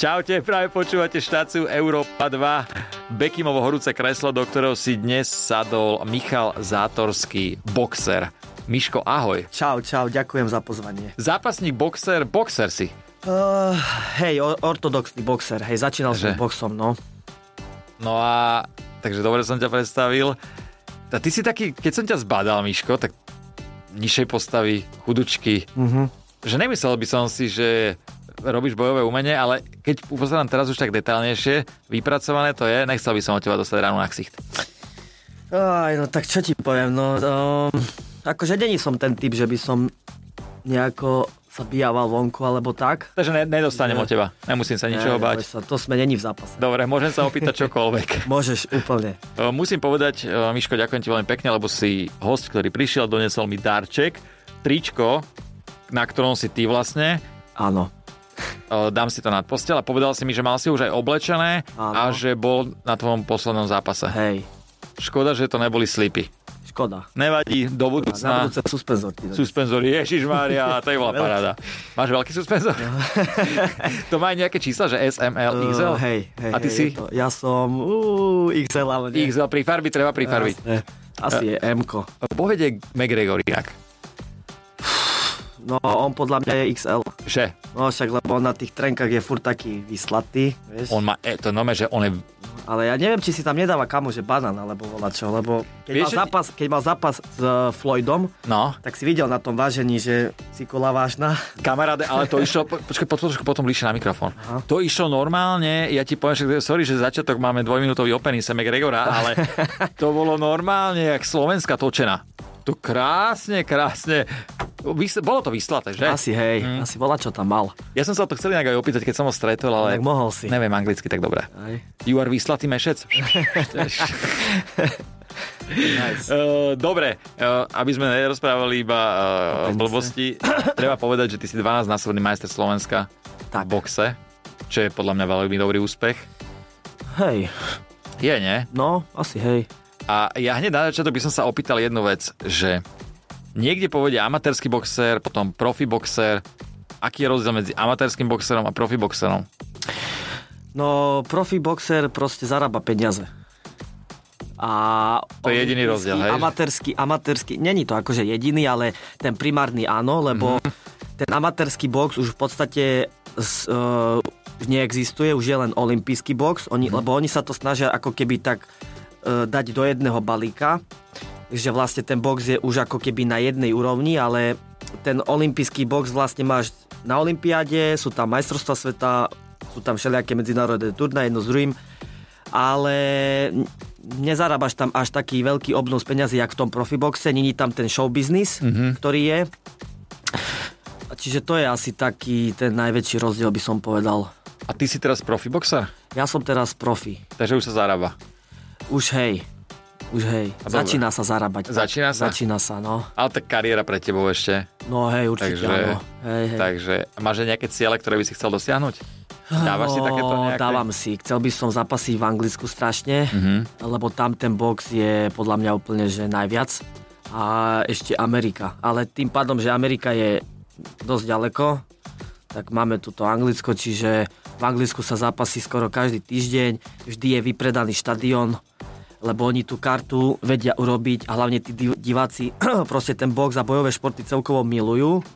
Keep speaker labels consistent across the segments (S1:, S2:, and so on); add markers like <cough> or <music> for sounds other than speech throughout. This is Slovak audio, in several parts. S1: Čaute, práve počúvate štáciu Európa 2. Bekimovo horúce kreslo, do ktorého si dnes sadol Michal Zátorský, boxer. Miško, ahoj.
S2: Čau, čau, ďakujem za pozvanie.
S1: Zápasník, boxer, boxer si.
S2: Uh, hej, o- ortodoxný boxer, hej, začínal
S1: Takže-
S2: som boxom, no.
S1: No a, takže dobre som ťa predstavil. A ty si taký, keď som ťa zbadal, Miško, tak nižšej postavy, chudučky.
S2: Mhm.
S1: Že nemyslel by som si, že robíš bojové umenie, ale keď upozorám teraz už tak detálnejšie, vypracované to je, nechcel by som od teba dostať ránu na ksicht.
S2: Aj, no tak čo ti poviem, no. Um, akože není som ten typ, že by som nejako sa bijával vonku alebo tak.
S1: Takže ne, nedostanem od
S2: Ne.
S1: teba, nemusím sa ničoho
S2: Ne, neboj
S1: báť.
S2: Sa, to sme není v zápase.
S1: Dobre, môžem sa
S2: <laughs>
S1: opýtať čokoľvek.
S2: Môžeš úplne.
S1: E, Musím povedať, e, Miško, ďakujem ti veľmi pekne, lebo si host, ktorý prišiel, donesol mi darček, tričko, na ktorom si ty vlastne,
S2: Áno.
S1: E, dám si to nad postel a povedal si mi, že mal si už aj oblečené
S2: Áno.
S1: a že bol na tvojom poslednom zápase.
S2: Hej.
S1: Škoda, že to neboli slipy.
S2: Škoda.
S1: Nevadí, do
S2: Na
S1: budúcna.
S2: budúce suspenzor. Ty donesem.
S1: Suspenzor, Ježiš Mária, to je bola
S2: Veľký.
S1: paráda. Máš veľký
S2: <laughs>
S1: suspenzor? to má aj nejaké čísla, že SML, XL?
S2: Uh, hej, hej,
S1: A ty
S2: hej,
S1: si?
S2: je To. Ja som uh, XL, ale nie.
S1: XL prifarbiť, treba prifarbiť.
S2: Jasné. Asi je M-ko.
S1: Povede McGregor inak,
S2: No, on podľa mňa je XL.
S1: že
S2: No však, lebo on na tých trenkách je furt taký vyslatý, vieš.
S1: on má, e, to nome, že on je...
S2: Ale ja neviem, či si tam nedáva kamu, že banán alebo volá čo, lebo keď,
S1: Vieš,
S2: mal
S1: že-
S2: zápas, keď mal zápas s e, Floydom,
S1: No,
S2: tak si videl na tom vážení, že si kola vážna.
S1: kamaráde, ale to išlo... po- Počkaj, po- trošku potom bližšie na mikrofón.
S2: Aha.
S1: To išlo normálne, ja ti poviem, že sorry, že začiatok máme dvojminútový opening sa McGregora,
S2: <laughs>
S1: ale to bolo normálne, jak slovenská točená. To krásne, krásne... Vys- bolo to vyslaté, že?
S2: Asi hej,
S1: Mm.
S2: asi volá čo tam mal.
S1: Ja som sa to chcel inak aj opýtať, keď som ho stretol, ale
S2: No, Tak mohol si.
S1: neviem anglicky tak dobre.
S2: Aj.
S1: You are vyslatý
S2: <laughs>
S1: mešec.
S2: Nice.
S1: Eh, dobre, eh, aby sme nerozprávali iba eh,
S2: Penise.
S1: blbosti, treba povedať, že ty si 12-násobný majster Slovenska v
S2: Tak,
S1: boxe, čo je podľa mňa veľmi dobrý úspech.
S2: hej,
S1: Je, nie?
S2: no, asi hej.
S1: A ja hneď na začiatok by som sa opýtal jednu vec, že niekde povedia amatérsky boxer, potom profi boxer. Aký je rozdiel medzi amatérským boxerom a profi boxerom?
S2: No, profi boxer proste zarába peniaze. A
S1: To je jediný rozdiel, hej?
S2: Amatérsky, amatérsky, není to akože jediný, ale ten primárny áno, lebo
S1: Mhm.
S2: mm-hmm. ten amatérsky box už v podstate s, uh, neexistuje, už je len olimpijský box, oni, mm-hmm. lebo oni sa to snažia ako keby tak uh, dať do jedného balíka, že vlastne ten box je už ako keby na jednej úrovni, ale ten olimpijský box vlastne máš na olympiáde, sú tam majstrovstva sveta, sú tam všelijaké medzinárodné turnaje jedno s druhým, ale n- nezarábaš tam až taký veľký obnos peňazí, jak v tom profiboxe, není tam ten show business, mm-hmm. ktorý je. A Čiže to je asi taký ten najväčší rozdiel, by som povedal.
S1: A ty si teraz profi boxer?
S2: Ja som teraz profi.
S1: Takže už sa zarába.
S2: Už hej. Už hej.
S1: A dobre.
S2: Začína sa zarábať.
S1: Začína sa?
S2: Začína sa, no.
S1: Ale tak kariéra pre tebou ešte.
S2: No hej, určite
S1: Takže-
S2: áno. Hej, hej.
S1: Takže máš aj nejaké ciele, ktoré by si chcel dosiahnuť? Dávaš si takéto
S2: No,
S1: nejaké?
S2: Dávam si. Chcel by som zapasiť v Anglicku strašne, mm-hmm. lebo tam ten box je podľa mňa úplne že najviac. A ešte Amerika. Ale tým pádom, že Amerika je dosť ďaleko, tak máme tuto Anglicko, čiže v Anglicku sa zápasí skoro každý týždeň, vždy je vypredaný štadión, lebo oni tú kartu vedia urobiť a hlavne tí div- diváci <clears throat> proste ten box a bojové športy celkovo milujú.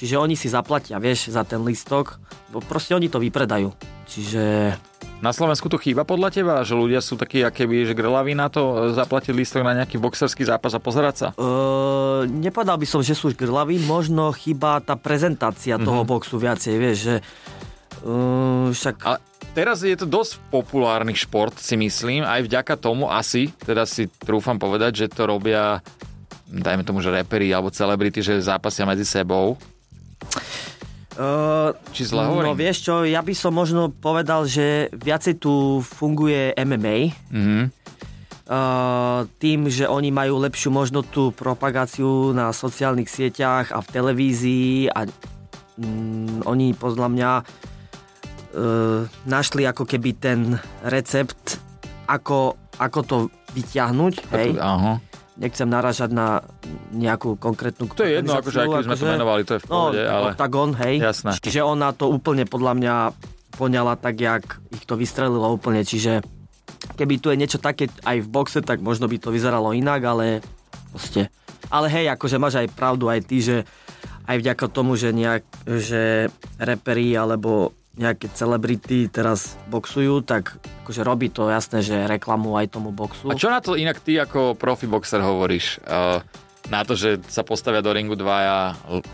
S2: Čiže oni si zaplatia, vieš, za ten listok. Bo proste oni to vypredajú. Čiže
S1: Na Slovensku to chýba podľa teba, že ľudia sú takí, aké by, že grlaví na to, e, zaplatiť lístok na nejaký boxerský zápas a pozerať sa?
S2: Uh, nepovedal by som, že sú grlaví, možno chyba tá prezentácia mm-hmm.
S1: Mhm.
S2: toho boxu viacej, vieš, že uh, však...
S1: A teraz je to dosť populárny šport, si myslím, aj vďaka tomu asi, teda si trúfam povedať, že to robia dajme tomu, že reperi alebo celebrity, že zápasia medzi sebou.
S2: Uh,
S1: Či zle hovorím?
S2: No vieš čo, ja by som možno povedal, že viacej tu funguje MMA,
S1: Mhm.
S2: Uh, tým, že oni majú lepšiu možno tú propagáciu na sociálnych sieťach a v televízii a mm, oni podľa mňa uh, našli ako keby ten recept, ako, ako to vyťahnuť. Hej.
S1: Aha.
S2: Nechcem naražať na nejakú konkrétnu
S1: To je jedno, akože, aký by sme to menovali, to je v
S2: akože- No,
S1: pohode, ale...
S2: Octagon, hej.
S1: Jasné.
S2: Čiže ona to úplne podľa mňa pochvoňala tak, jak ich to vystrelilo úplne, čiže keby tu je niečo také aj v boxe, tak možno by to vyzeralo inak, ale proste. Ale hej, akože máš aj pravdu aj ty, že aj vďaka tomu, že, nejak, že reperi alebo nejaké celebrity teraz boxujú, tak akože robí to jasné, že reklamu aj tomu boxu.
S1: A čo na to inak ty ako profi boxer hovoríš? Eh, Na to, že sa postavia do ringu dvaja, l-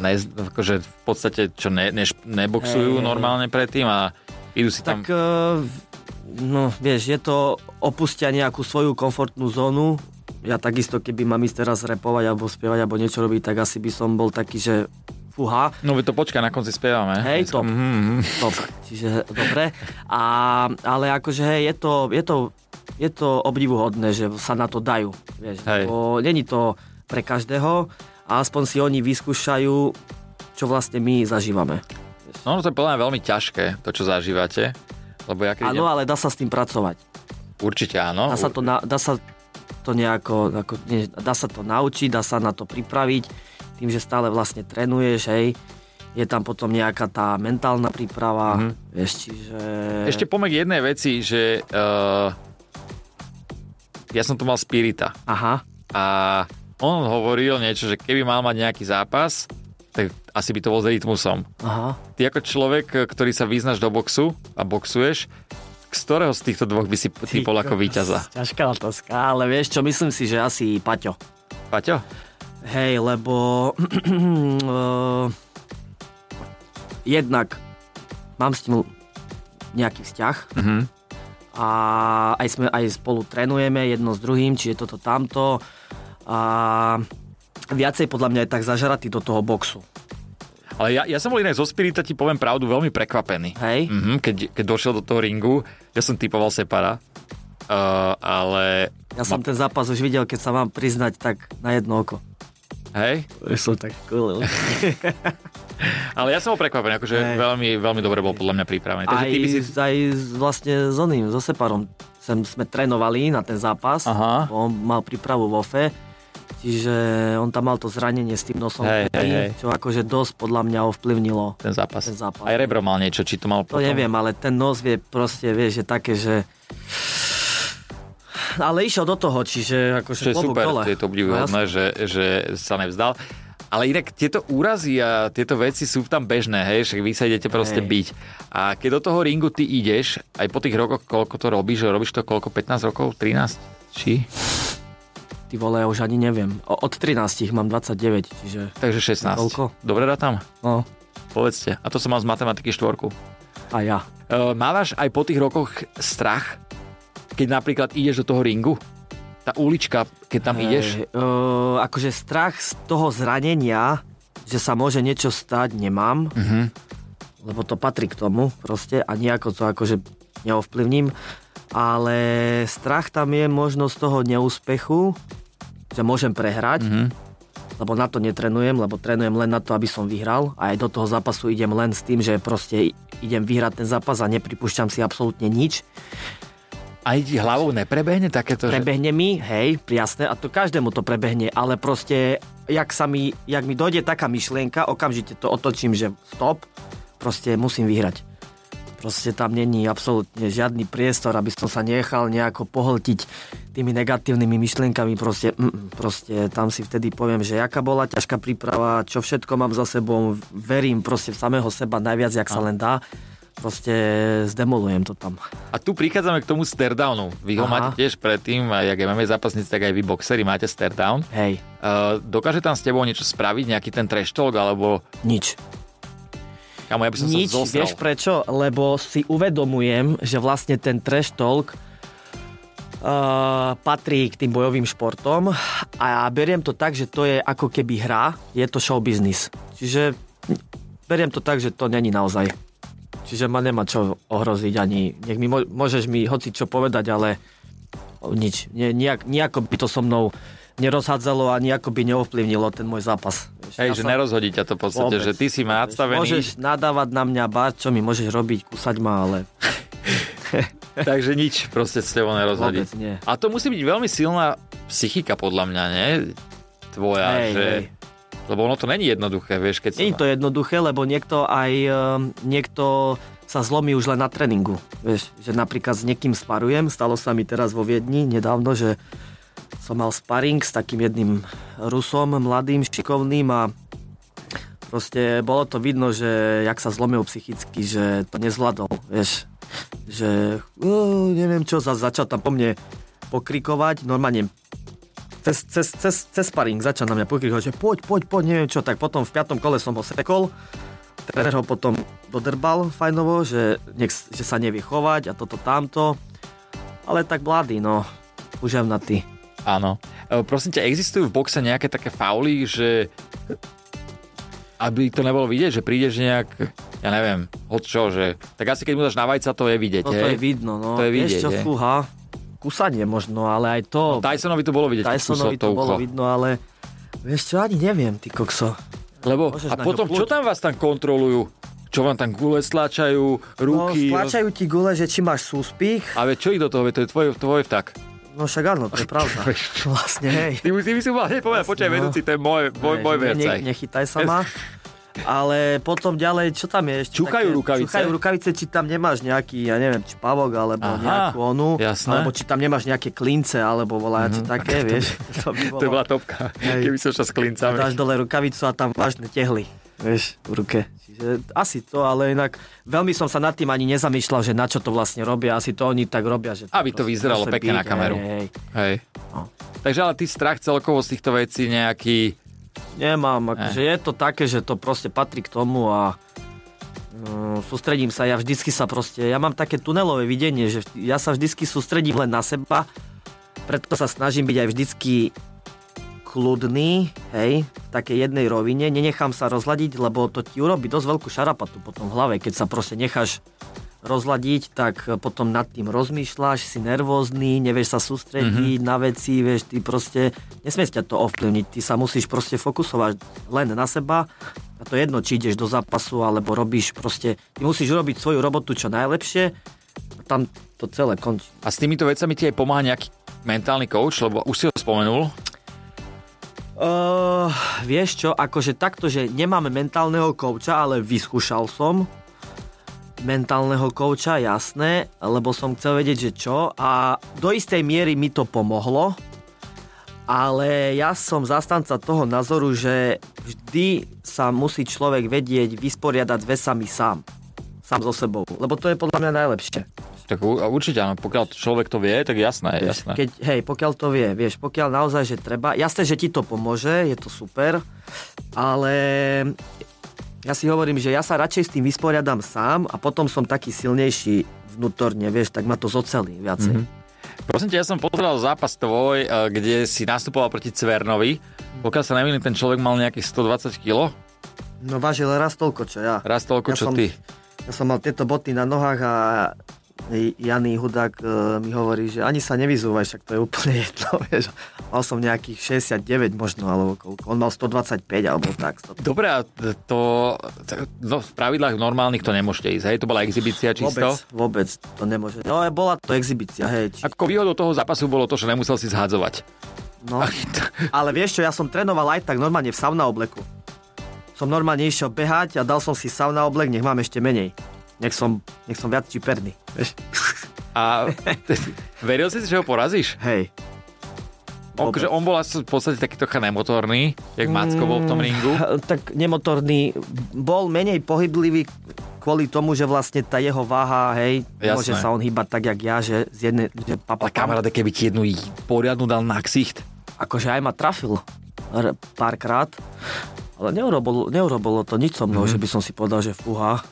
S1: ne, akože v podstate čo ne, ne, neboxujú
S2: Hej.
S1: normálne predtým a idú si tam...
S2: Tak, eh, no vieš, je to opustia nejakú svoju komfortnú zónu. Ja takisto, keby mám ísť teraz repovať alebo spievať alebo niečo robiť, tak asi by som bol taký, že fuha,
S1: No veď to počkaj, na konci spievame.
S2: Hej, top.
S1: Mhm, mhm.
S2: top. Čiže dobre. A, ale akože hej, je to, je to, je to obdivuhodné, že sa na to dajú. Vieš,
S1: Hej.
S2: lebo není to pre každého a aspoň si oni vyskúšajú, čo vlastne my zažívame.
S1: No to je podľa mňa veľmi ťažké, to čo zažívate. Lebo ja keď idem,
S2: Áno, ale dá sa s tým pracovať.
S1: určite áno.
S2: Dá sa to, na, dá sa to nejako, ako, nie, dá sa to naučiť, dá sa na to pripraviť, tým, že stále vlastne trénuješ, hej, je tam potom nejaká tá mentálna príprava, mm-hmm. vieš, čiže...
S1: Mhm. Ešte pomek jednej veci, že uh, ja som tu mal Spirita
S2: Aha,
S1: a on hovoril niečo, že keby mal mať nejaký zápas, tak asi by to bol s rytmusom.
S2: aha.
S1: Ty ako človek, ktorý sa vyznaš do boxu a boxuješ, z ktorého z týchto dvoch by si typol ako víťaza?
S2: <laughs> Ťažká otázka, ale vieš čo, myslím si, že asi Paťo.
S1: Paťo?
S2: Hej, lebo... <clears throat> eh, jednak mám s ním nejaký vzťah
S1: Mhm.
S2: a aj, sme, aj spolu trénujeme jedno s druhým, či je toto tamto. A viacej podľa mňa je tak zažratý do toho boxu.
S1: Ale ja, ja som bol inak zo Spirita, ti poviem pravdu, veľmi prekvapený.
S2: Hej?
S1: Mhm, keď, keď došiel do toho ringu, ja som typoval Separa, uh, ale...
S2: Ja som ten zápas už videl, keď sa mám priznať, tak na jedno oko.
S1: Hej?
S2: Už som tak kulil.
S1: Ale ja som bol prekvapený, akože
S2: Hej.
S1: veľmi, veľmi dobre bol podľa mňa pripravený. Takže
S2: <laughs> aj,
S1: ty by si...
S2: aj s- vlastne s oným, so Separom sem sme trénovali na ten zápas.
S1: Aha.
S2: On mal prípravu vo FE, čiže on tam mal to zranenie s tým nosom,
S1: Hej,
S2: ktorý-
S1: hej, hej.
S2: čo akože dosť podľa mňa ovplyvnilo
S1: Ten zápas.
S2: ten zápas.
S1: Aj Rebro mal niečo, či to mal
S2: To
S1: potom.
S2: neviem, ale ten nos je proste, vieš, je také, že... Ale išiel do toho,
S1: Čo
S2: čiže akože
S1: je
S2: klobúk
S1: super,
S2: dole.
S1: to je to
S2: No
S1: obdivuhodné,
S2: jasne.
S1: že, že sa nevzdal. Ale inak tieto úrazy a tieto veci sú tam bežné, hej, však vy sa idete proste
S2: Hej.
S1: byť. A keď do toho ringu ty ideš, aj po tých rokoch, koľko to robíš, robíš to koľko, 15 rokov, 13? Či?
S2: Ty vole, ja už ani neviem. O, od 13 mám 29, čiže...
S1: Takže 16.
S2: Koľko?
S1: Dobre rátam?
S2: No,
S1: Povedzte. A to som mal z matematiky štvorku.
S2: a ja.
S1: Uh, mávaš aj po tých rokoch strach, keď napríklad ideš do toho ringu? Tá ulička, keď tam ideš?
S2: Hej, Uh, E, akože strach z toho zranenia, že sa môže niečo stať, nemám,
S1: Mhm.
S2: lebo to patrí k tomu proste a nejako to akože neovplyvním. Ale strach tam je možno z toho neúspechu, že môžem prehrať,
S1: Mhm.
S2: lebo na to netrenujem, lebo trénujem len na to, aby som vyhral a aj do toho zápasu idem len s tým, že proste idem vyhrať ten zápas a nepripúšťam si absolútne nič.
S1: Aj ti hlavou neprebehne takéto, že...
S2: Prebehne mi, hej, jasné, a to každému to prebehne, ale proste, jak, sa mi, jak mi dojde taká myšlienka, okamžite to otočím, že stop, proste musím vyhrať. Proste tam není absolútne žiadny priestor, aby som sa nechal nejako pohltiť tými negatívnymi myšlienkami, proste, mm, proste tam si vtedy poviem, že jaká bola ťažká príprava, čo všetko mám za sebou, verím proste v samého seba najviac, jak sa len dá, proste zdemolujem to tam.
S1: A tu prichádzame k tomu stare-downu. Vy ho
S2: Aha.
S1: máte tiež predtým, a jak MMA zápasníci, tak aj vy boxeri máte stare-down.
S2: Hej.
S1: Uh, dokáže tam s tebou niečo spraviť, nejaký ten trash talk, alebo
S2: Nič.
S1: kamo, ja by som
S2: Nič,
S1: sa zosral.
S2: vieš prečo? Lebo si uvedomujem, že vlastne ten trash talk Uh, patrí k tým bojovým športom a ja beriem to tak, že to je ako keby hra, je to show business. Čiže beriem to tak, že to není naozaj. Čiže ma nemá čo ohroziť ani, nech mi mo- môžeš mi hoci čo povedať, ale nič, nie, nejak, nejako by to so mnou nerozhádzalo a nejako by neovplyvnilo ten môj zápas. Vieš,
S1: Hej, že
S2: sa-
S1: nerozhodí ťa to v podstate,
S2: Vôbec.
S1: že ty si má nadstavený,
S2: Môžeš nadávať na mňa bar, čo mi môžeš robiť, kúsať ma, ale
S1: <laughs> takže nič proste s tebou nerozhodí.
S2: vôbec nie.
S1: A to musí byť veľmi silná psychika podľa mňa, nie? Tvoja,
S2: Hej,
S1: že...
S2: hej.
S1: Lebo ono to není jednoduché, vieš, keď
S2: Nie je to jednoduché, lebo niekto aj ehm, niekto sa zlomí už len na tréningu. Vieš, že napríklad s niekým sparujem, stalo sa mi teraz vo Viedni nedávno, že som mal sparing s takým jedným Rusom, mladým, šikovným a proste bolo to vidno, že jak sa zlomil psychicky, že to nezvládol, vieš, že uh, neviem čo, za, začal tam po mne pokrikovať, normálne cez, cez, cez, cez sparing začal na mňa pokrikovať, že poď, poď, poď, neviem čo, tak potom v piatom kole som ho sekol, tréner ho potom dodrbal fajnovo, že, nech, že sa nevie chovať a toto tamto, ale tak mladý, no, uževnatý.
S1: Áno. E, Prosím ťa, existujú v boxe nejaké také fauly, že aby to nebolo vidieť, že prídeš nejak, ja neviem, hoď čo, že... Tak asi keď mu dáš na vajca, to je vidieť,
S2: No to
S1: hej?
S2: je vidno, no.
S1: To je vidieť,
S2: Ešte
S1: hej. No,
S2: fúha, kusanie možno, ale aj to...
S1: Tysonovi to bolo vidieť.
S2: Tysonovi to
S1: kusov
S2: bolo
S1: ucho.
S2: vidno, ale vieš čo, ani neviem, ty kokso.
S1: Lebo,
S2: Môžeš
S1: a
S2: na ňo
S1: potom, čo
S2: plúť.
S1: tam vás tam kontrolujú? Čo vám tam gule stlačajú,
S2: No,
S1: ruky?
S2: stlačajú ti gule, že či máš súspich,
S1: A veď čo ich do toho, veď to je tvoj, tvoj vták.
S2: no však áno, to je pravda. Vlastne, hej.
S1: Ty, by- ty by si mal hneď povedať, počkaj,
S2: no.
S1: vedúci, to je môj, môj,
S2: Hej,
S1: môj
S2: že
S1: vercaj.
S2: Ne, nechytaj sa
S1: <laughs>
S2: ma. Ale potom ďalej, čo tam je ešte?
S1: Čukajú
S2: také-
S1: rukavice?
S2: Čukajú rukavice, či tam nemáš nejaký, ja neviem, či pavok, alebo
S1: Aha,
S2: nejakú onu.
S1: jasné. Mhm,
S2: Alebo či tam nemáš nejaké klince, alebo volajace mm-hmm. také, vieš. <laughs> To by
S1: To
S2: bolo.
S1: vlastne bola topka,
S2: Hej.
S1: keby som šla s klincami.
S2: Dáš dole rukavicu a tam vážne tehly, vieš, v ruke. Čiže asi to, ale inak veľmi som sa nad tým ani nezamýšľal, že na čo to vlastne robia. Asi to oni tak robia, že...
S1: Aby to
S2: proste
S1: vyzeralo
S2: musí
S1: pekne
S2: byť,
S1: na kameru.
S2: Hej, hej.
S1: Hej.
S2: No.
S1: Takže ale ty strach celkovo z týchto vecí nejaký...
S2: Nemám, akože je to také, že to proste patrí k tomu a mm, sústredím sa, ja vždycky sa proste, ja mám také tunelové videnie, že vždy- ja sa vždycky sústredím len na seba, preto sa snažím byť aj vždycky kľudný, hej, v takej jednej rovine, nenechám sa rozladiť, lebo to ti urobí dosť veľkú šarapatu potom v hlave, keď sa proste necháš rozladiť, tak e, potom nad tým rozmýšľaš, si nervózny, nevieš sa sústrediť mm-hmm. na veci, vieš, ty proste, nesmieš ťa to ovplyvniť, ty sa musíš proste fokusovať len na seba a to jedno, či ideš do zápasu, alebo robíš proste, ty musíš robiť svoju robotu čo najlepšie, a tam to celé končí.
S1: A s týmito vecami ti aj pomáha nejaký mentálny coach, lebo už si ho spomenul.
S2: Uh, vieš čo, akože takto, že nemáme mentálneho kouča, ale vyskúšal som mentálneho kouča, jasné, lebo som chcel vedieť, že čo a do istej miery mi to pomohlo, ale ja som zastanca toho názoru, že vždy sa musí človek vedieť vysporiadať s vesami sám, sám so sebou, lebo to je podľa mňa najlepšie.
S1: Tak u- a určite áno, pokiaľ človek to vie, tak jasné, jasné.
S2: Keď, hej, pokiaľ to vie, vieš, pokiaľ naozaj, že treba, jasné, že ti to pomôže, je to super, ale ja si hovorím, že ja sa radšej s tým vysporiadam sám a potom som taký silnejší vnútorne, vieš, tak ma to zocelí viacej.
S1: Mhm.
S2: Mm-hmm.
S1: Prosím ťa, ja som pozeral zápas tvoj, e, kde si nastupoval proti Cvernovi. Pokiaľ sa nemýlim, ten človek mal nejakých 120 kg.
S2: No vážil raz toľko, čo ja.
S1: Raz toľko,
S2: Ja
S1: čo
S2: som-
S1: ty.
S2: Ja som mal tieto boty na nohách a Janý Hudák e, mi hovorí, že ani sa nevyzúvaj, však to je úplne jedno, <laughs> vieš. Mal som nejakých 69 možno, alebo koľko. On mal 125 alebo tak. 100.
S1: Dobre, a t- to, t- no, v pravidlách normálnych to nemôžete ísť, hej? To bola exhibícia čisto?
S2: Vôbec, vôbec to nemôže. No, ale bola to exibícia, hej. Či,
S1: Ako výhodou toho zápasu bolo to, že nemusel si zhadzovať.
S2: no. Ale vieš čo, ja som trénoval aj tak normálne v sauna obleku. Som normálne išiel behať a dal som si sauna oblek, nech mám ešte menej. Nech som, nech som viac čiperný. Vieš?
S1: A <laughs> t- veril si, že ho porazíš?
S2: Hej.
S1: On, že on bol asi v podstate taký trocha nemotorný, jak Macko bol v tom ringu.
S2: Tak nemotorný, bol menej pohyblivý kvôli tomu, že vlastne tá jeho váha, hej,
S1: Jasné.
S2: môže sa on hýbať tak, jak ja, že z jednej, že
S1: Ale
S2: papa,
S1: kamaráde, keby ti jednu j- poriadnu dal na ksicht.
S2: akože aj ma trafil r- párkrát, ale neurobilo, neurobilo to nič
S1: Mhm.
S2: so mnou, mm-hmm. že by som si povedal, že fúha.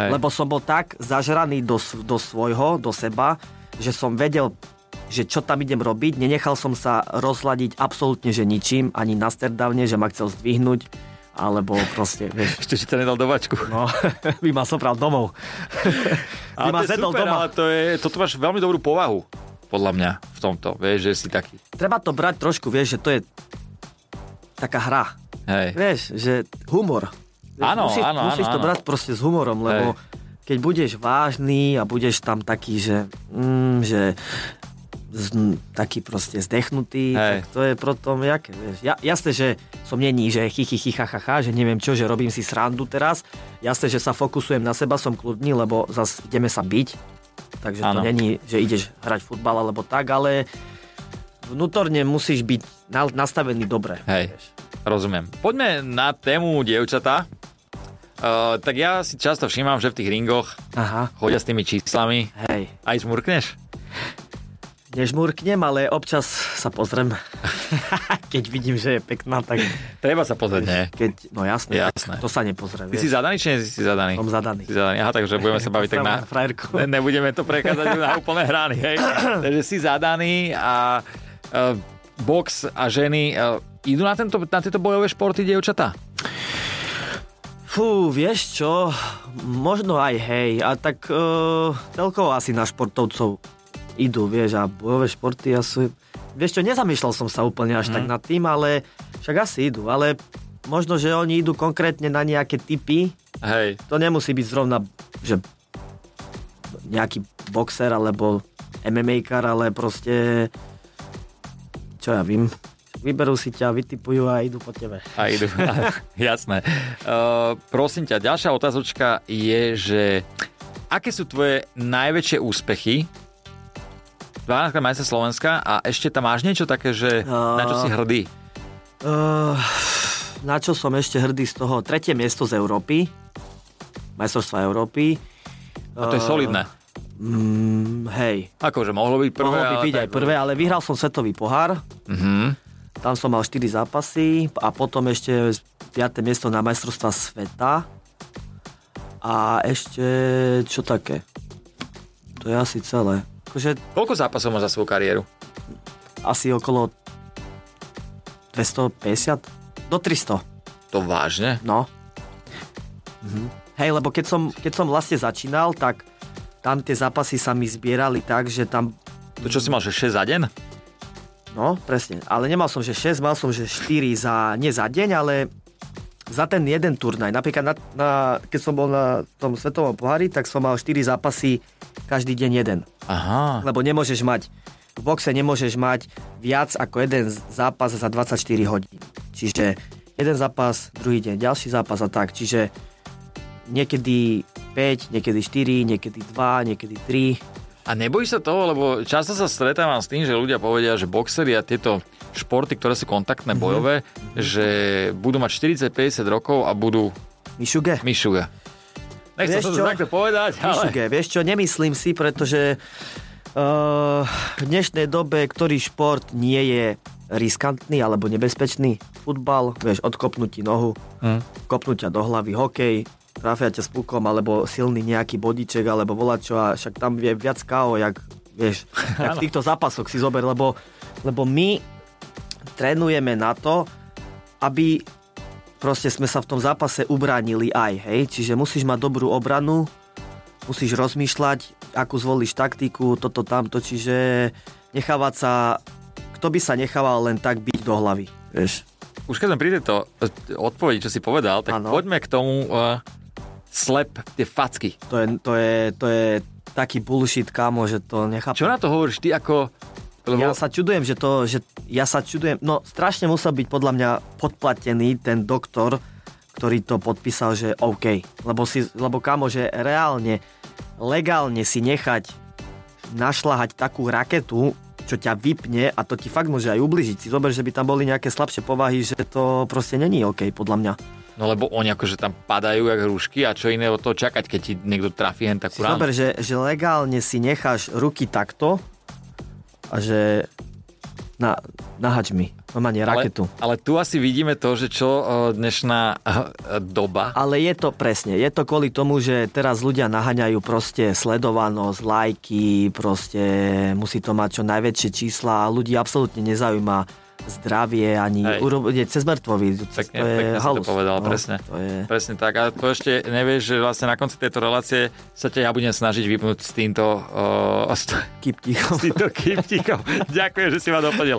S1: Hej.
S2: Lebo som bol tak zažraný do, s- do svojho, do seba, že som vedel, že čo tam idem robiť. Nenechal som sa rozladiť absolútne, že ničím, ani na sterdavne, že ma chcel zdvihnúť, alebo proste, vieš.
S1: Ešte si to nedal do vačku.
S2: No, <laughs> by ma sopral
S1: <laughs>
S2: domov. by
S1: Ale
S2: ma
S1: to je
S2: zedol
S1: super,
S2: doma.
S1: ale to je, toto máš veľmi dobrú povahu, podľa mňa, v tomto, vieš, že si taký.
S2: Treba to brať trošku, vieš, že to je taká hra.
S1: Hej.
S2: Vieš, že humor. Vieš,
S1: Áno,
S2: musíš,
S1: áno, áno,
S2: Musíš to
S1: áno.
S2: brať proste s humorom, lebo keď budeš vážny a budeš tam taký, že, mm, že z, taký proste zdechnutý,
S1: Hej.
S2: tak to je potom, jaké, vieš. Ja, jasné, že som není, že chichy, chicha, chacha, že neviem čo, že robím si srandu teraz. Jasné, že sa fokusujem na seba, som kľudný, lebo zase ideme sa byť. Takže ano.
S1: Áno.
S2: to není, že ideš hrať futbal alebo tak, ale vnútorne musíš byť na- nastavený dobre.
S1: Hej, rozumiem. Poďme na tému dievčatá. Uh, tak ja si často všímam, že v tých ringoch
S2: Aha,
S1: chodia s tými číslami.
S2: hej.
S1: Aj žmurkneš?
S2: Nežmurknem, ale občas sa pozriem. <laughs> Keď vidím, že je pekná, tak...
S1: Treba sa pozrieť, nie?
S2: Keď, no jasné,
S1: Jasné.
S2: Tak to sa nepozrie.
S1: Ty si zadaný, či nie si zadaný?
S2: Som zadaný.
S1: Si zadaný. Aha, takže budeme sa baviť tak na...
S2: Frajerku.
S1: <laughs> Ne, nebudeme to prekázať na úplné hrány, hej. <coughs> Takže si zadaný a uh, box a ženy uh, idú na, tento, na tieto bojové športy dievčatá?
S2: Fú, vieš čo, možno aj hej, a tak uh, celkovo asi na športovcov idú, vieš, a bojové športy a sú... Vieš čo, nezamýšľal som sa úplne až mm. tak nad tým, ale však asi idú, ale možno, že oni idú konkrétne na nejaké typy,
S1: Hej.
S2: to nemusí byť zrovna, že nejaký boxer alebo MMA-kar, ale proste, čo ja vím, vyberú si ťa, vytipujú a idú po tebe.
S1: A <laughs> idú. Jasné. Uh, prosím ťa, ďalšia otázočka je, že aké sú tvoje najväčšie úspechy 12 majstra Slovenska a ešte tam máš niečo také, že
S2: No.
S1: na čo si hrdý?
S2: Uh, na čo som ešte hrdý z toho? Tretie miesto z Európy, majstrovstva Európy.
S1: A to je solidné.
S2: Mm, hej,
S1: Akože mohlo byť prvé.
S2: mohlo by
S1: ale
S2: byť
S1: tak-
S2: aj prvé, ale vyhral som svetový pohár,
S1: Mhm.
S2: tam som mal 4 zápasy a potom ešte 5. miesto na majstrovstva sveta. A ešte čo také? To je asi celé. Akože
S1: Koľko zápasov máš za svoju kariéru?
S2: asi okolo 250 do 300.
S1: To vážne?
S2: No. Hej, lebo keď som, keď som vlastne začínal, tak tam tie zápasy sa mi zbierali tak, že tam...
S1: To čo si mal, že 6 za deň?
S2: No, presne. Ale nemal som, že 6, mal som, že 4 za... Nie za deň, ale za ten jeden turnaj. Napríklad, na, na, keď som bol na tom svetovom pohári, tak som mal 4 zápasy každý deň jeden.
S1: Aha.
S2: Lebo nemôžeš mať... V boxe nemôžeš mať viac ako jeden z- zápas za 24 hodín. Čiže jeden zápas, druhý deň, ďalší zápas a tak. Čiže niekedy 5, niekedy 4, niekedy 2, niekedy 3.
S1: A nebojíš sa toho, lebo často sa stretávam s tým, že ľudia povedia, že boxery a tieto športy, ktoré sú kontaktné, bojové, že budú mať 40-50 rokov a budú
S2: Mišuge?
S1: myšuga. Nechcem
S2: Vieš
S1: sa to
S2: čo?
S1: takto povedať, ale...
S2: Mišuge, vieš čo, nemyslím si, pretože uh, v dnešnej dobe, ktorý šport nie je riskantný alebo nebezpečný, futbal, vieš, odkopnú ti nohu,
S1: Hm.
S2: kopnú ťa do hlavy, hokej, trafia ťa s pukom, alebo silný nejaký bodiček, alebo volačo, a však tam je viac KO, jak,
S1: <laughs>
S2: vieš, jak v týchto zápasoch si zober, lebo, lebo my trénujeme na to, aby proste sme sa v tom zápase ubránili aj, hej? Čiže musíš mať dobrú obranu, musíš rozmýšľať, akú zvolíš taktiku, toto, tamto, čiže nechávať sa... Kto by sa nechával len tak byť do hlavy, vieš?
S1: Už keď sme pri tejto eh, odpovedi, čo si povedal, tak
S2: Áno.
S1: poďme k tomu uh, slep, tie facky.
S2: To je, to je, to je taký bullshit, kámo, že to nechápem.
S1: Čo na to hovoríš ty ako... Lebo...
S2: Ja sa čudujem, že to, že ja sa čudujem, no strašne musel byť podľa mňa podplatený ten doktor, ktorý to podpísal, že OK. Lebo, si, lebo kámo, že reálne, legálne si nechať našľahať takú raketu, čo ťa vypne a to ti fakt môže aj ubližiť. Si zober, že by tam boli nejaké slabšie povahy, že to proste není OK, podľa mňa.
S1: No lebo oni akože tam padajú jak hrušky a čo iné od toho čakať, keď ti niekto trafí hen
S2: Si
S1: takú ránu.
S2: zober, že, že legálne si necháš ruky takto a že na, nahač mi, normálne raketu.
S1: Ale, ale tu asi vidíme to, že čo eh, dnešná eh, eh, doba.
S2: Ale je to presne, je to kvôli tomu, že teraz ľudia naháňajú proste sledovanosť, lajky, proste musí to mať čo najväčšie čísla a ľudí absolútne nezaujíma zdravie ani
S1: Hej.
S2: urobiť cez mŕtvový.
S1: Pekne, pekne si to povedal, presne.
S2: No, To je...
S1: Presne tak. A to ešte nevieš, že vlastne na konci tejto relácie sa ťa ja budem snažiť vypnúť s týmto, uh, s t-
S2: Keep ticho.
S1: <laughs> s týmto kyptíkom. Ďakujem, že si ma doplnil.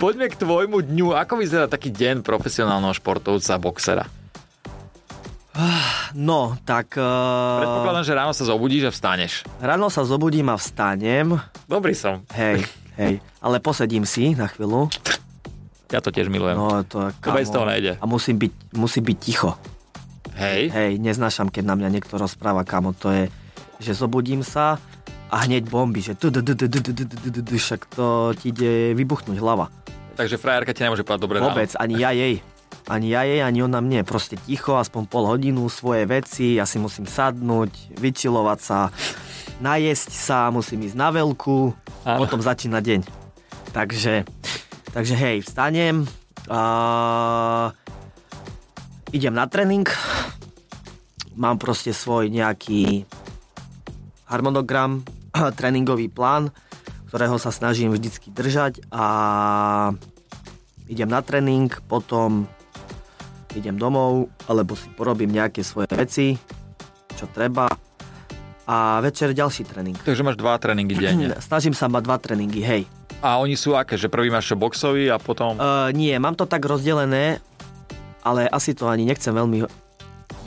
S1: Poďme k tvojmu dňu. Ako vyzerá taký deň profesionálneho športovca, boxera?
S2: <laughs> No, tak... Uh,
S1: Predpokladám, že ráno sa zobudíš a vstaneš.
S2: ráno sa zobudím a vstanem.
S1: Dobrý som.
S2: Hej, hej. Ale posedím si na chvíľu.
S1: Ja to tiež milujem. No.
S2: No, to, je
S1: To bez
S2: kamo.
S1: toho nejde.
S2: A musí byť, musí byť ticho.
S1: Hej.
S2: Hej, neznášam, keď na mňa niekto rozpráva, kamo, to je, že zobudím sa a hneď bomby, že tu, tu, tu, tu, tu, tu, tu, tu, tu, tu, však to ti ide vybuchnúť hlava.
S1: Takže frajerka ti nemôže povedať dobre ráno.
S2: Vôbec, ani ja jej. Ani ja jej, ani ona mne. Proste ticho, aspoň pol hodinu, svoje veci, ja si musím sadnúť, vyčilovať sa, najesť sa, musím ísť na veľkú,
S1: Áno.
S2: potom začína deň. Takže, takže hej, vstanem, a idem na tréning, mám proste svoj nejaký harmonogram, <clears throat> tréningový plán, ktorého sa snažím vždycky držať a idem na tréning, potom idem domov, alebo si porobím nejaké svoje veci, čo treba a večer ďalší tréning.
S1: Takže máš dva tréningy denne.
S2: <clears throat> Snažím sa mať dva tréningy, hej.
S1: A oni sú aké, že prvý máš čo boxový a potom...
S2: Uh, nie, mám to tak rozdelené, ale asi to ani nechcem veľmi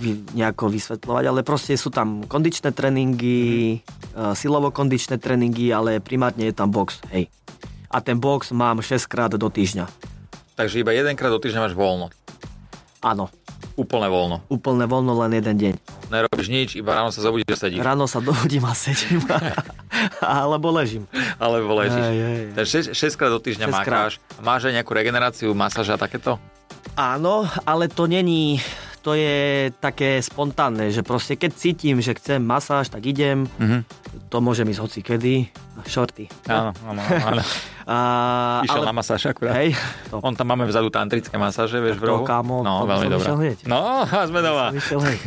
S2: vy, nejako vysvetľovať, ale proste sú tam kondičné tréningy, uh, silovo-kondičné tréningy, ale primárne je tam box, hej. A ten box mám 6 krát do týždňa.
S1: Takže iba jedenkrát do týždňa máš voľno.
S2: Áno,
S1: Úplne voľno.
S2: úplne voľno len jeden deň.
S1: Nerobíš nič, iba ráno sa zobudíš a sedíš.
S2: Ráno sa <laughs> dohodím a sedím. Alebo ležím.
S1: Alebo ležíš.
S2: Aj, aj, aj.
S1: Takže 6 krát do týždňa
S2: Šesťkrát.
S1: mákáš. A máš aj nejakú regeneráciu, masáž a takéto?
S2: Áno, ale to není, to je také spontánne, že proste keď cítim, že chcem masáž, tak idem.
S1: Mhm.
S2: To môžem ísť hoci kedy. Šorty.
S1: Áno, no, áno, áno.
S2: A,
S1: <laughs> Išiel na masáž akurát.
S2: Hej, to
S1: <laughs> On tam máme vzadu tantrické masáže, vieš, v
S2: to,
S1: rohu.
S2: kámo,
S1: no,
S2: to by
S1: veľmi
S2: som
S1: dobrá.
S2: išiel hneď.
S1: No, <laughs> a sme doma.
S2: Vyšiel, hej.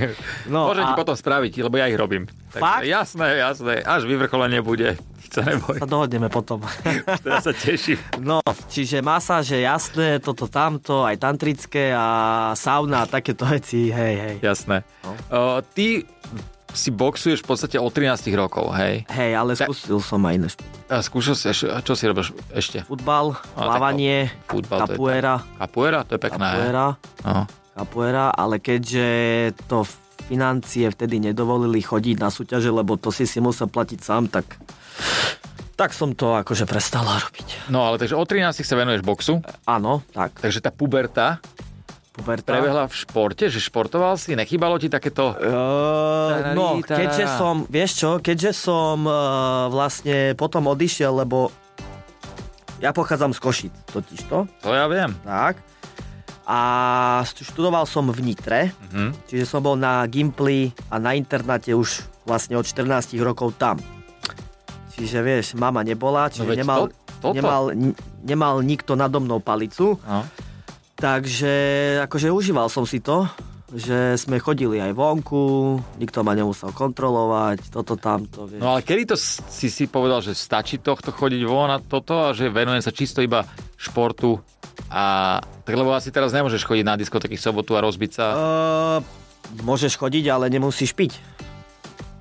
S1: No,
S2: No
S1: Môžem a... ti
S2: a
S1: potom spraviť, lebo ja ich robím. Takže
S2: Fakt?
S1: Jasné, jasné. Až vyvrcholenie bude. Nič Sa neboj.
S2: sa dohodneme potom. <laughs>
S1: <laughs> Teraz sa teším.
S2: No, čiže masáže, jasné, toto tamto, aj tantrické a sauna a takéto veci, hej, hej.
S1: Jasné.
S2: No.
S1: Uh, ty si boxuješ v podstate od 13 rokov, hej?
S2: Hej, ale
S1: Tak-
S2: skúsil som aj iné športy.
S1: A skúšal si, eš- a čo si robíš ešte?
S2: Futbal,
S1: tak
S2: plávanie,
S1: Futbal, to je
S2: kapuera,
S1: Capoeira? To je pekné, hej?
S2: kapuera,
S1: No.
S2: kapuera, ale keďže to financie vtedy nedovolili chodiť na súťaže, lebo to si si musel platiť sám, tak, tak som to akože prestala robiť.
S1: no, ale takže od 13 sa venuješ boxu,
S2: Áno, tak,
S1: takže tá puberta
S2: puberta.
S1: prebehla v športe, že športoval si, nechybalo ti takéto...
S2: Uh, no,
S1: Tarará.
S2: keďže som, vieš čo, keďže som uh, vlastne potom odišiel, lebo ja pochádzam z Košic totižto,
S1: To ja viem.
S2: tak, a študoval som v Nitre,
S1: Mhm.
S2: Čiže som bol na Gimply a na internáte už vlastne od 14 rokov tam. Čiže vieš, mama nebola,
S1: No
S2: čiže
S1: veď
S2: nemal,
S1: to- toto.
S2: nemal, n- nemal nikto nado mnou palicu.
S1: No.
S2: Takže akože užíval som si to, že sme chodili aj vonku, nikto ma nemusel kontrolovať, toto tamto, vieš.
S1: No ale kedy to s- si si povedal, že stačí tohto chodiť von a toto a že venujem sa čisto iba športu a tak lebo asi teraz nemôžeš chodiť na diskoteky v sobotu a rozbiť sa.
S2: Uh, môžeš chodiť, ale nemusíš piť.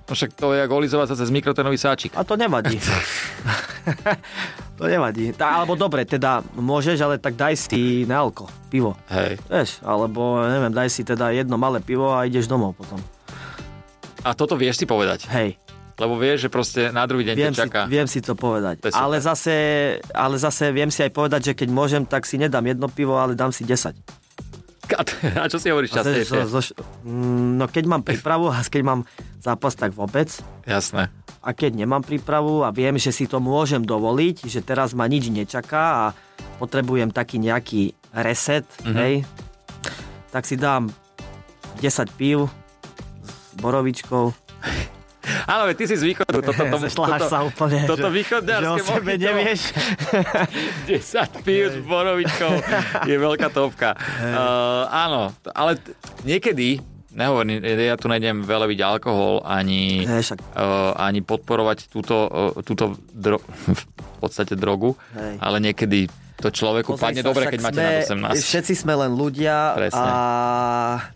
S1: No však to je ako olizovať sa cez mikrotenový sáčik.
S2: A to
S1: <laughs>
S2: nevadí. <laughs> to nevadí. Tá, alebo dobre, teda môžeš, ale tak daj si na alko, pivo.
S1: Hej.
S2: Vieš, alebo neviem, daj si teda jedno malé pivo a ideš domov potom.
S1: A toto vieš si povedať,
S2: Hej,
S1: lebo vieš, že proste na druhý deň ťa
S2: viem si,
S1: čaká.
S2: viem si to povedať.
S1: To je super.
S2: ale, zase, ale zase viem si aj povedať, že keď môžem, tak si nedám jedno pivo, ale dám si 10.
S1: <laughs> A t- A čo si hovoríš
S2: Zase, zo,
S1: častejšie?
S2: zo, mm, no keď mám prípravu a keď mám zápas, tak vôbec.
S1: Jasné.
S2: A keď nemám prípravu a viem, že si to môžem dovoliť, že teraz ma nič nečaká a potrebujem taký nejaký reset,
S1: Mhm.
S2: mm-hmm. hej, tak si dám 10 pív s borovičkou
S1: Áno, veď ty si z východu.
S2: <laughs>
S1: Toto, toto,
S2: Zašláš
S1: <laughs>
S2: sa úplne.
S1: toto
S2: že-
S1: východňarské
S2: Že o sebe
S1: mojito.
S2: nevieš.
S1: <laughs> 10 pív s
S2: <laughs>
S1: borovičkou je veľká topka. Uh, áno, t- ale t- niekedy, nehovorím, ja tu nejdem veľaviť alkohol ani,
S2: Ne, však.
S1: uh, ani podporovať túto, uh, túto dro- <laughs> v podstate drogu,
S2: Hej.
S1: ale niekedy to človeku
S2: Pozri
S1: padne
S2: sa,
S1: dobre,
S2: však
S1: keď máte
S2: sme,
S1: na 18.
S2: Všetci sme len ľudia
S1: Presne.
S2: a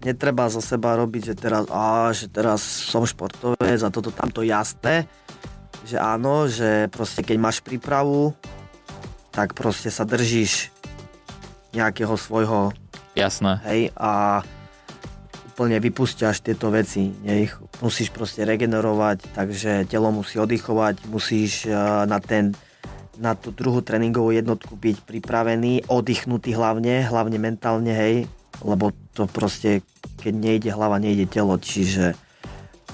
S2: netreba zo seba robiť, že teraz, á, že teraz som športovec a toto tamto jasné. Že áno, že proste keď máš prípravu, tak proste sa držíš nejakého svojho
S1: Jasné.
S2: Hej, a úplne vypusťaš tieto veci, ne, ich musíš proste regenerovať, takže telo musí oddychovať, musíš eh, na ten na tú druhú tréningovú jednotku byť pripravený, oddychnutý hlavne, hlavne mentálne, hej, lebo to proste, keď nejde hlava, nejde telo, čiže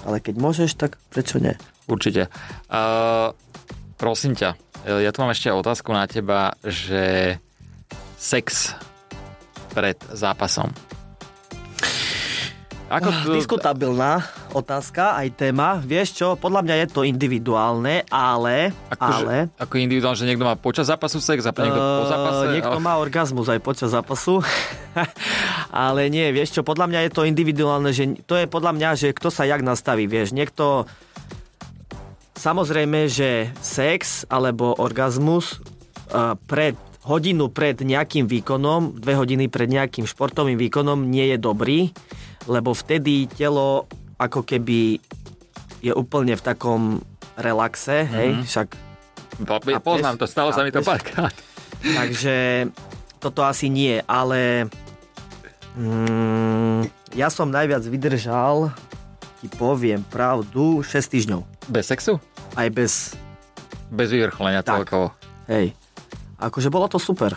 S2: ale keď môžeš, tak prečo nie?
S1: Určite. Uh, prosím ťa, e, ja tu mám ešte otázku na teba, že sex pred zápasom. Ako
S2: Ah,
S1: to,
S2: Diskutabilná otázka, aj téma. Vieš čo, podľa mňa je to individuálne, ale...
S1: ako,
S2: ale
S1: Že, akože- ako individuálne, že niekto má počas zápasu sex a niekto po
S2: Eh,
S1: zápase? ale-
S2: Niekto má orgazmus aj počas zápasu. <laughs> ale nie, vieš čo, podľa mňa je to individuálne, že to je podľa mňa, že kto sa jak nastaví, vieš. Niekto, samozrejme, že sex alebo orgazmus eh, pred hodinu pred nejakým výkonom, dve hodiny pred nejakým športovým výkonom nie je dobrý, lebo vtedy telo ako keby je úplne v takom relaxe,
S1: Mhm.
S2: hej, však
S1: Po-
S2: A
S1: Poznám to,
S2: pes-
S1: stalo sa
S2: a
S1: mi to
S2: pes-
S1: párkrát.
S2: Takže toto asi nie, ale mm, ja som najviac vydržal, ti poviem pravdu, 6 týždňov.
S1: Bez sexu?
S2: Aj bez,
S1: Bez vyvrcholenia
S2: Tak.
S1: celkovo.
S2: hej. Akože bolo to super.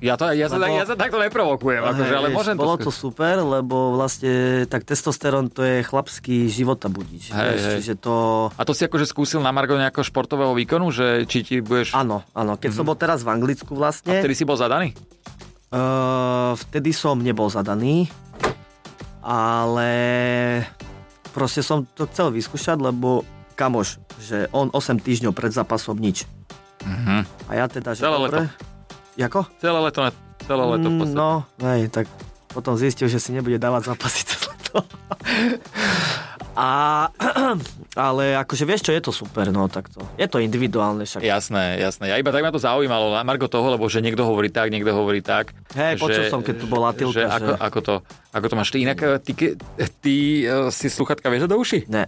S1: Ja, to, ja, sa, tak,
S2: Lebo-
S1: ja sa takto neprovokujem, akože, ale
S2: Hej,
S1: môžem
S2: Bolo
S1: to...
S2: to
S1: skúsiť.
S2: super, lebo vlastne tak testosterón to je chlapský života
S1: Hej,
S2: budič. vieš,
S1: hej.
S2: Čiže to...
S1: A to si akože skúsil na Margo nejakého športového výkonu, že či ti budeš...
S2: Áno, áno. Keď som bol teraz v Anglicku
S1: Mhm. A
S2: vlastne...
S1: vtedy si bol zadaný?
S2: Uh, vtedy som nebol zadaný, ale proste som to chcel vyskúšať, lebo kamoš, že on 8 týždňov pred zápasom nič.
S1: Mhm.
S2: A ja teda, že
S1: Celé
S2: dobre.
S1: leto.
S2: Jako?
S1: Celé leto, na- celé leto v
S2: Mm,
S1: podstate.
S2: No, hej, tak potom zistil, že si nebude dávať zápasy cez leto. <laughs> A, <clears throat> ale akože vieš čo, je to super, no takto. Je to individuálne však.
S1: Jasné, jasné. Ja iba tak ma to zaujímalo, na Margo toho, lebo že niekto hovorí tak, niekto hovorí tak.
S2: Hej, počul som, keď tu bola Tilka,
S1: Že, ako,
S2: že-
S1: ako, to, ako to máš ty? Inak e, ty, ke- ty e, si sluchatka vieš do uši?
S2: Ne,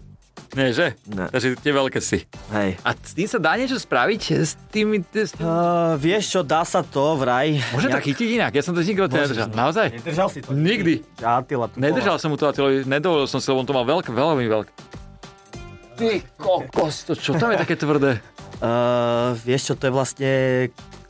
S1: Nie, že?
S2: Ne.
S1: Takže tie veľké si.
S2: hej.
S1: A s tým sa dá niečo spraviť? eh, S tými... t- S tým...
S2: Uh, vieš čo, dá sa to vraj.
S1: Môže to
S2: Nejak-
S1: chytiť inak? Ja som to nikdy
S2: Môžeš,
S1: nedržal.
S2: no.
S1: Naozaj?
S2: Nedržal si to?
S1: Nikdy.
S2: Atila tu
S1: Nedržal som mu to Atilovi, nedovolil som si, lebo on to mal veľké, veľmi veľké. Ty kokos, to čo tam je také tvrdé?
S2: Uh, vieš čo, to je vlastne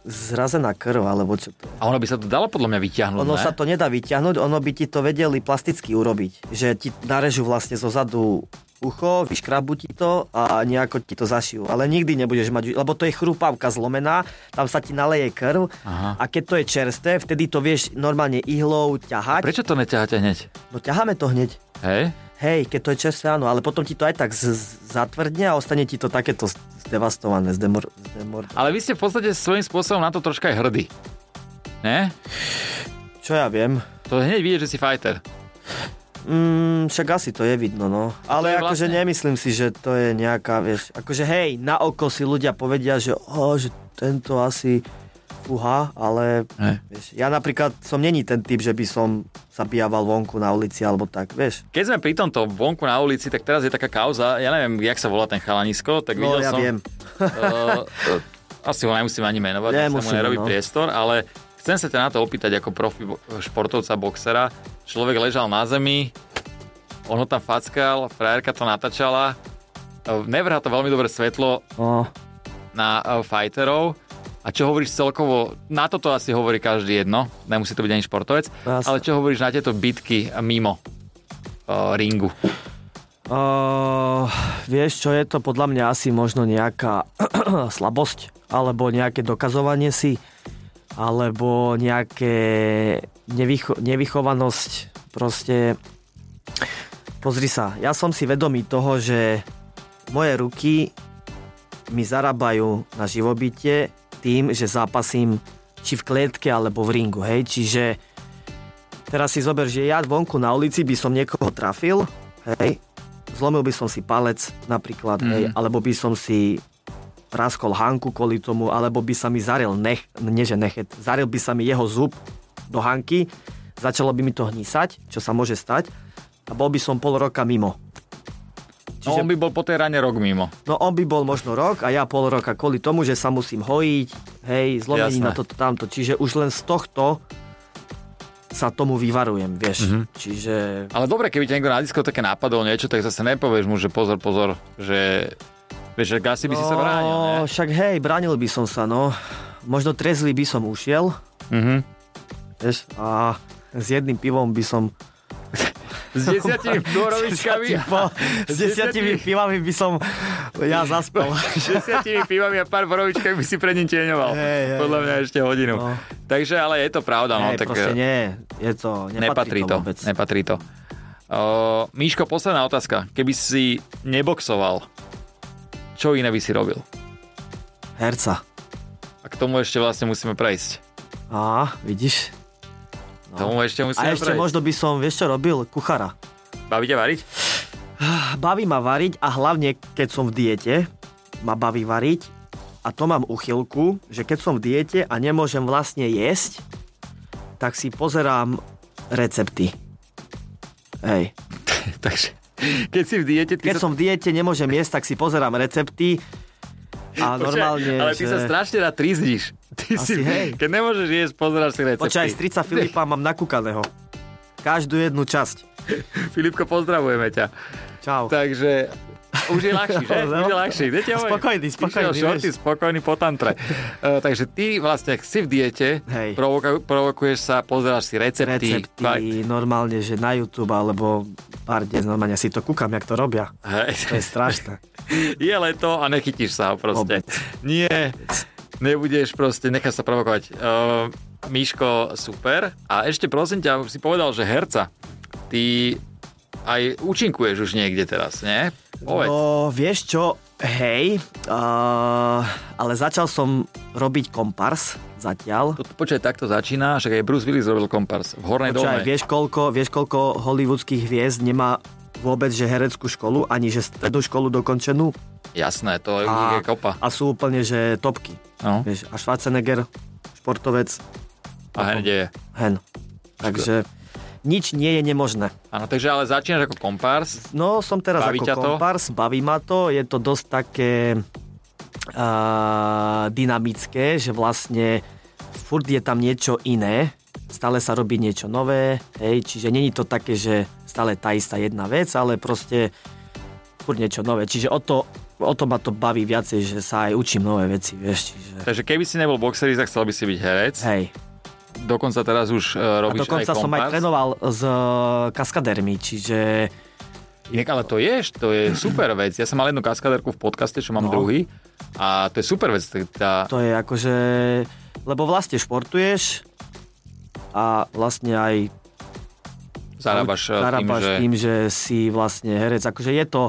S2: zrazená krv, alebo čo to je.
S1: A ono by sa to dalo podľa mňa vyťahnuť,
S2: Ono
S1: ne?
S2: sa to nedá vyťahnuť, ono by ti to vedeli plasticky urobiť. Že ti narežu vlastne zo zadu ucho, vyškrabu ti to a nejako ti to zašijú. Ale nikdy nebudeš mať, lebo to je chrúpavka zlomená, tam sa ti naleje krv
S1: Aha.
S2: a keď to je čerstvé, vtedy to vieš normálne ihlou ťahať.
S1: Prečo to neťaháte hneď?
S2: No ťaháme to hneď.
S1: Hej?
S2: Hej, keď to je čerstvé, áno, ale potom ti to aj tak z- z- zatvrdne a ostane ti to takéto zdevastované, zdemor... zdemor...
S1: Ale vy ste v podstate svojím spôsobom na to troška aj hrdí. Ne?
S2: Čo ja viem?
S1: To hneď vidieť, že si fighter.
S2: Mm, však asi to je vidno, no.
S1: je
S2: Ale akože
S1: vlastne-
S2: nemyslím si, že to je nejaká, vieš, akože hej, na oko si ľudia povedia, že o, že tento asi fúha, ale
S1: Hej.
S2: vieš, ja napríklad som není ten typ, že by som zabíjaval vonku na ulici alebo tak, vieš.
S1: Keď sme pri tomto vonku na ulici, tak teraz je taká kauza, ja neviem, jak sa volá ten chalanisko, tak
S2: No
S1: videl
S2: ja
S1: som... <laughs>
S2: viem.
S1: Uh, asi ho nemusím ani menovať, nech sa mu
S2: Nemusíme,
S1: nerobí
S2: no.
S1: priestor, ale chcem sa ťa na to opýtať ako profi bo- športovca, boxera. Človek ležal na zemi, on ho tam fackal, frajerka to natáčala, eh, nevrhá to veľmi dobré svetlo
S2: No,
S1: na eh, fighterov. A čo hovoríš celkovo, na toto asi hovorí každý jedno, nemusí to byť ani športovec,
S2: Jasne.
S1: ale čo hovoríš na tieto bitky mimo eh, ringu?
S2: Uh, vieš, čo je to podľa mňa asi možno nejaká <clears throat> slabosť, alebo nejaké dokazovanie si, alebo nejaké nevycho- nevychovanosť. Proste pozri sa, ja som si vedomý toho, že moje ruky mi zarábajú na živobytie tým, že zápasím či v klietke alebo v ringu, hej, čiže Teraz si zober, že ja vonku na ulici by som niekoho trafil, hej, zlomil by som si palec napríklad, hej,
S1: Mhm.
S2: alebo by som si praskol hanku kvôli tomu, alebo by sa mi zaril nech, nie že nechet, zaril by sa mi jeho zub do hanky, začalo by mi to hnísať, čo sa môže stať, a bol by som pol roka mimo.
S1: No on by bol po tej rane rok mimo.
S2: No on by bol možno rok a ja pol roka kvôli tomu, že sa musím hojiť, hej, zlomení
S1: Jasné.
S2: na toto tamto. Čiže už len z tohto sa tomu vyvarujem,
S1: Mhm.
S2: vieš. Mm-hmm. Čiže...
S1: Ale dobre, keby ťa niekto na disko také napadol niečo, tak zase nepovieš mu, že pozor, pozor, že... Vieš, že asi by si sa bránil, ne?
S2: No, však hej, bránil by som sa, no. Možno trezlý by som ušiel,
S1: Mhm.
S2: vieš, a s jedným pivom by som... <laughs>
S1: S desiatimi borovičkami.
S2: S desiatimi po- S desiatimi pivami by som ja zaspel.
S1: <laughs> S desiatimi pivami a pár borovičkami by si pred ním tieňoval.
S2: Hej, hej,
S1: Podľa mňa ešte hodinu.
S2: No.
S1: Takže, ale je to pravda, <laughs> no.
S2: Hej,
S1: tak,
S2: proste nie, je to, nepatrí,
S1: Nepatrí to,
S2: vôbec.
S1: nepatrí to. O, Míško, posledná otázka. Keby si neboxoval, čo iné by si robil?
S2: Herca.
S1: A k tomu ešte vlastne musíme prejsť.
S2: Á, vidíš?
S1: No. Tomu ešte musíme
S2: A ešte
S1: prejsť.
S2: možno by som, vieš čo robil? Kuchara.
S1: Baví ťa variť? <laughs>
S2: Baví ma variť a hlavne keď som v diete, ma baví variť a to mám uchylku, že keď som v diete a nemôžem vlastne jesť, tak si pozerám recepty. Hej.
S1: Takže, keď si v diete, ty
S2: Keď
S1: sa...
S2: som v diete, nemôžem jesť, tak si pozerám recepty a
S1: Počkaj,
S2: normálne...
S1: ale ty
S2: že...
S1: sa strašne rád trízniš. Ty si,
S2: Asi hej.
S1: keď nemôžeš jesť, pozeráš si recepty.
S2: Počkaj, strica Filipa mám nakúkaného. Každú jednu časť.
S1: Filipko, pozdravujeme ťa.
S2: Čau.
S1: Takže už je ľahší, že?
S2: No.
S1: Už je ľahší. Viete, hovorím,
S2: Spokojný, spokojný,
S1: išiel šorty,
S2: vieš.
S1: spokojný po tantre. Uh, takže ty vlastne si v diete,
S2: Hej.
S1: provoka- provokuješ sa, pozeráš si recepty.
S2: recepty, normálne, že na YouTube alebo pár dnes, normálne si to kúkam, jak to robia.
S1: Hej.
S2: To je strašné.
S1: Je leto a nechytíš sa ho proste.
S2: Vôbec.
S1: Nie, nebudeš proste, necháš sa provokovať. Uh, Miško, super. A ešte prosím ťa, si povedal, že herca. Ty aj účinkuješ už niekde teraz, nie? <laughs> Povedz.
S2: No, vieš čo, hej, uh, ale začal som robiť kompars zatiaľ.
S1: No. Počkaj, takto začína, však aj Bruce Willis robil kompars v Hornej
S2: Počkaj,
S1: dolnej.
S2: vieš koľko, vieš koľko hollywoodských hviezd nemá vôbec že hereckú školu, ani že strednú školu dokončenú
S1: Jasné, to je a...
S2: a,
S1: kopa.
S2: a sú úplne že topky.
S1: No.
S2: Vieš, a Schwarzenegger, športovec,
S1: A hneď je.
S2: hen. Takže nič nie je nemožné.
S1: Áno, takže ale začínaš ako kompárs.
S2: No, som teraz
S1: Baví
S2: baví
S1: ťa to?
S2: ako kompars, baví ma to, je to dosť také uh, dynamické, že vlastne furt je tam niečo iné, stále sa robí niečo nové, hej, čiže není to také, že stále tá istá jedna vec, ale proste furt niečo nové, čiže o to, o to ma to baví viacej, že sa aj učím nové veci, vieš, čiže
S1: Takže keby si nebol boxerista, chcel by si byť herec.
S2: hej.
S1: Dokonca teraz už e,
S2: A
S1: robíš
S2: dokonca
S1: aj
S2: som aj
S1: kompárs.
S2: trénoval s e, kaskadérmi, čiže
S1: Inak, ale to je, to
S2: <clears throat>
S1: je super vec. Ja som mal jednu kaskadérku v podcaste, čo mám no.
S2: No.
S1: druhý. A to je super vec. tak Tá...
S2: To je akože... Lebo vlastne športuješ a vlastne aj
S1: Zarábaš, e, tým,
S2: zarábaš
S1: že...
S2: tým, že si vlastne herec. Akože je to,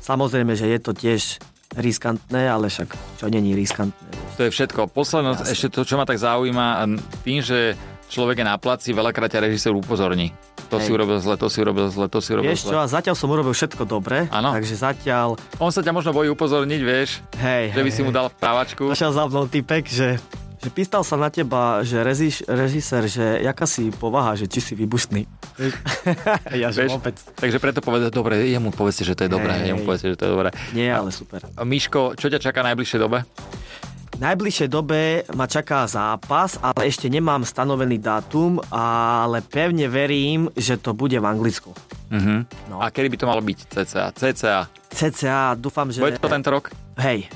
S2: samozrejme, že je to tiež riskantné, ale však čo není riskantné.
S1: To je všetko. Posledné,
S2: Jasne.
S1: ešte to, čo ma tak zaujíma, n- tým, že človek je na placi, veľakrát ťa režisér upozorní. To si
S2: Hej.
S1: urobil zle, to si urobil zle, to si urobil
S2: Vieš
S1: zle.
S2: čo, a zatiaľ som urobil všetko dobre,
S1: Áno.
S2: takže zatiaľ,
S1: On sa ťa možno bojí upozorniť, vieš,
S2: hej,
S1: že by
S2: hej,
S1: si mu dal právačku.
S2: Našiel za mnou typek, že, že pýtal sa na teba, že režiš, režisér, že jaká si povaha, že či si vybušný.
S1: <laughs>
S2: Vieš? ja, že
S1: Vieš?
S2: vôbec.
S1: Takže preto povedať, dobre, jemu povedzte, že to je dobré,
S2: Hej.
S1: jemu povedzte, že to je dobré.
S2: Nie, ale super.
S1: A Miško, čo ťa čaká v najbližšej dobe?
S2: najbližšej dobe ma čaká zápas, ale ešte nemám stanovený dátum, ale pevne verím, že to bude v Anglicku.
S1: Mhm.
S2: No.
S1: A kedy by to malo byť? CCA. CCA.
S2: CCA dúfam, že...
S1: Bude to tento rok?
S2: Hej,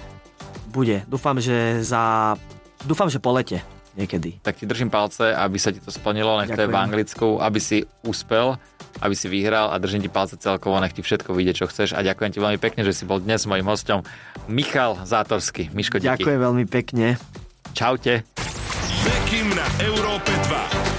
S2: bude. Dúfam, že za... Dúfam, že po lete niekedy.
S1: Tak ti držím palce, aby sa ti to splnilo, nech to je v
S2: Ďakujem.
S1: Anglicku, aby si uspel, aby si vyhral a držím ti palce celkovo, nech ti všetko vyjde, čo chceš. A ďakujem ti veľmi pekne, že si bol dnes mojim hosťom Michal Zátorský. Miško, díky.
S2: Ďakujem veľmi pekne.
S1: Čaute.
S3: Bekim na Európe 2.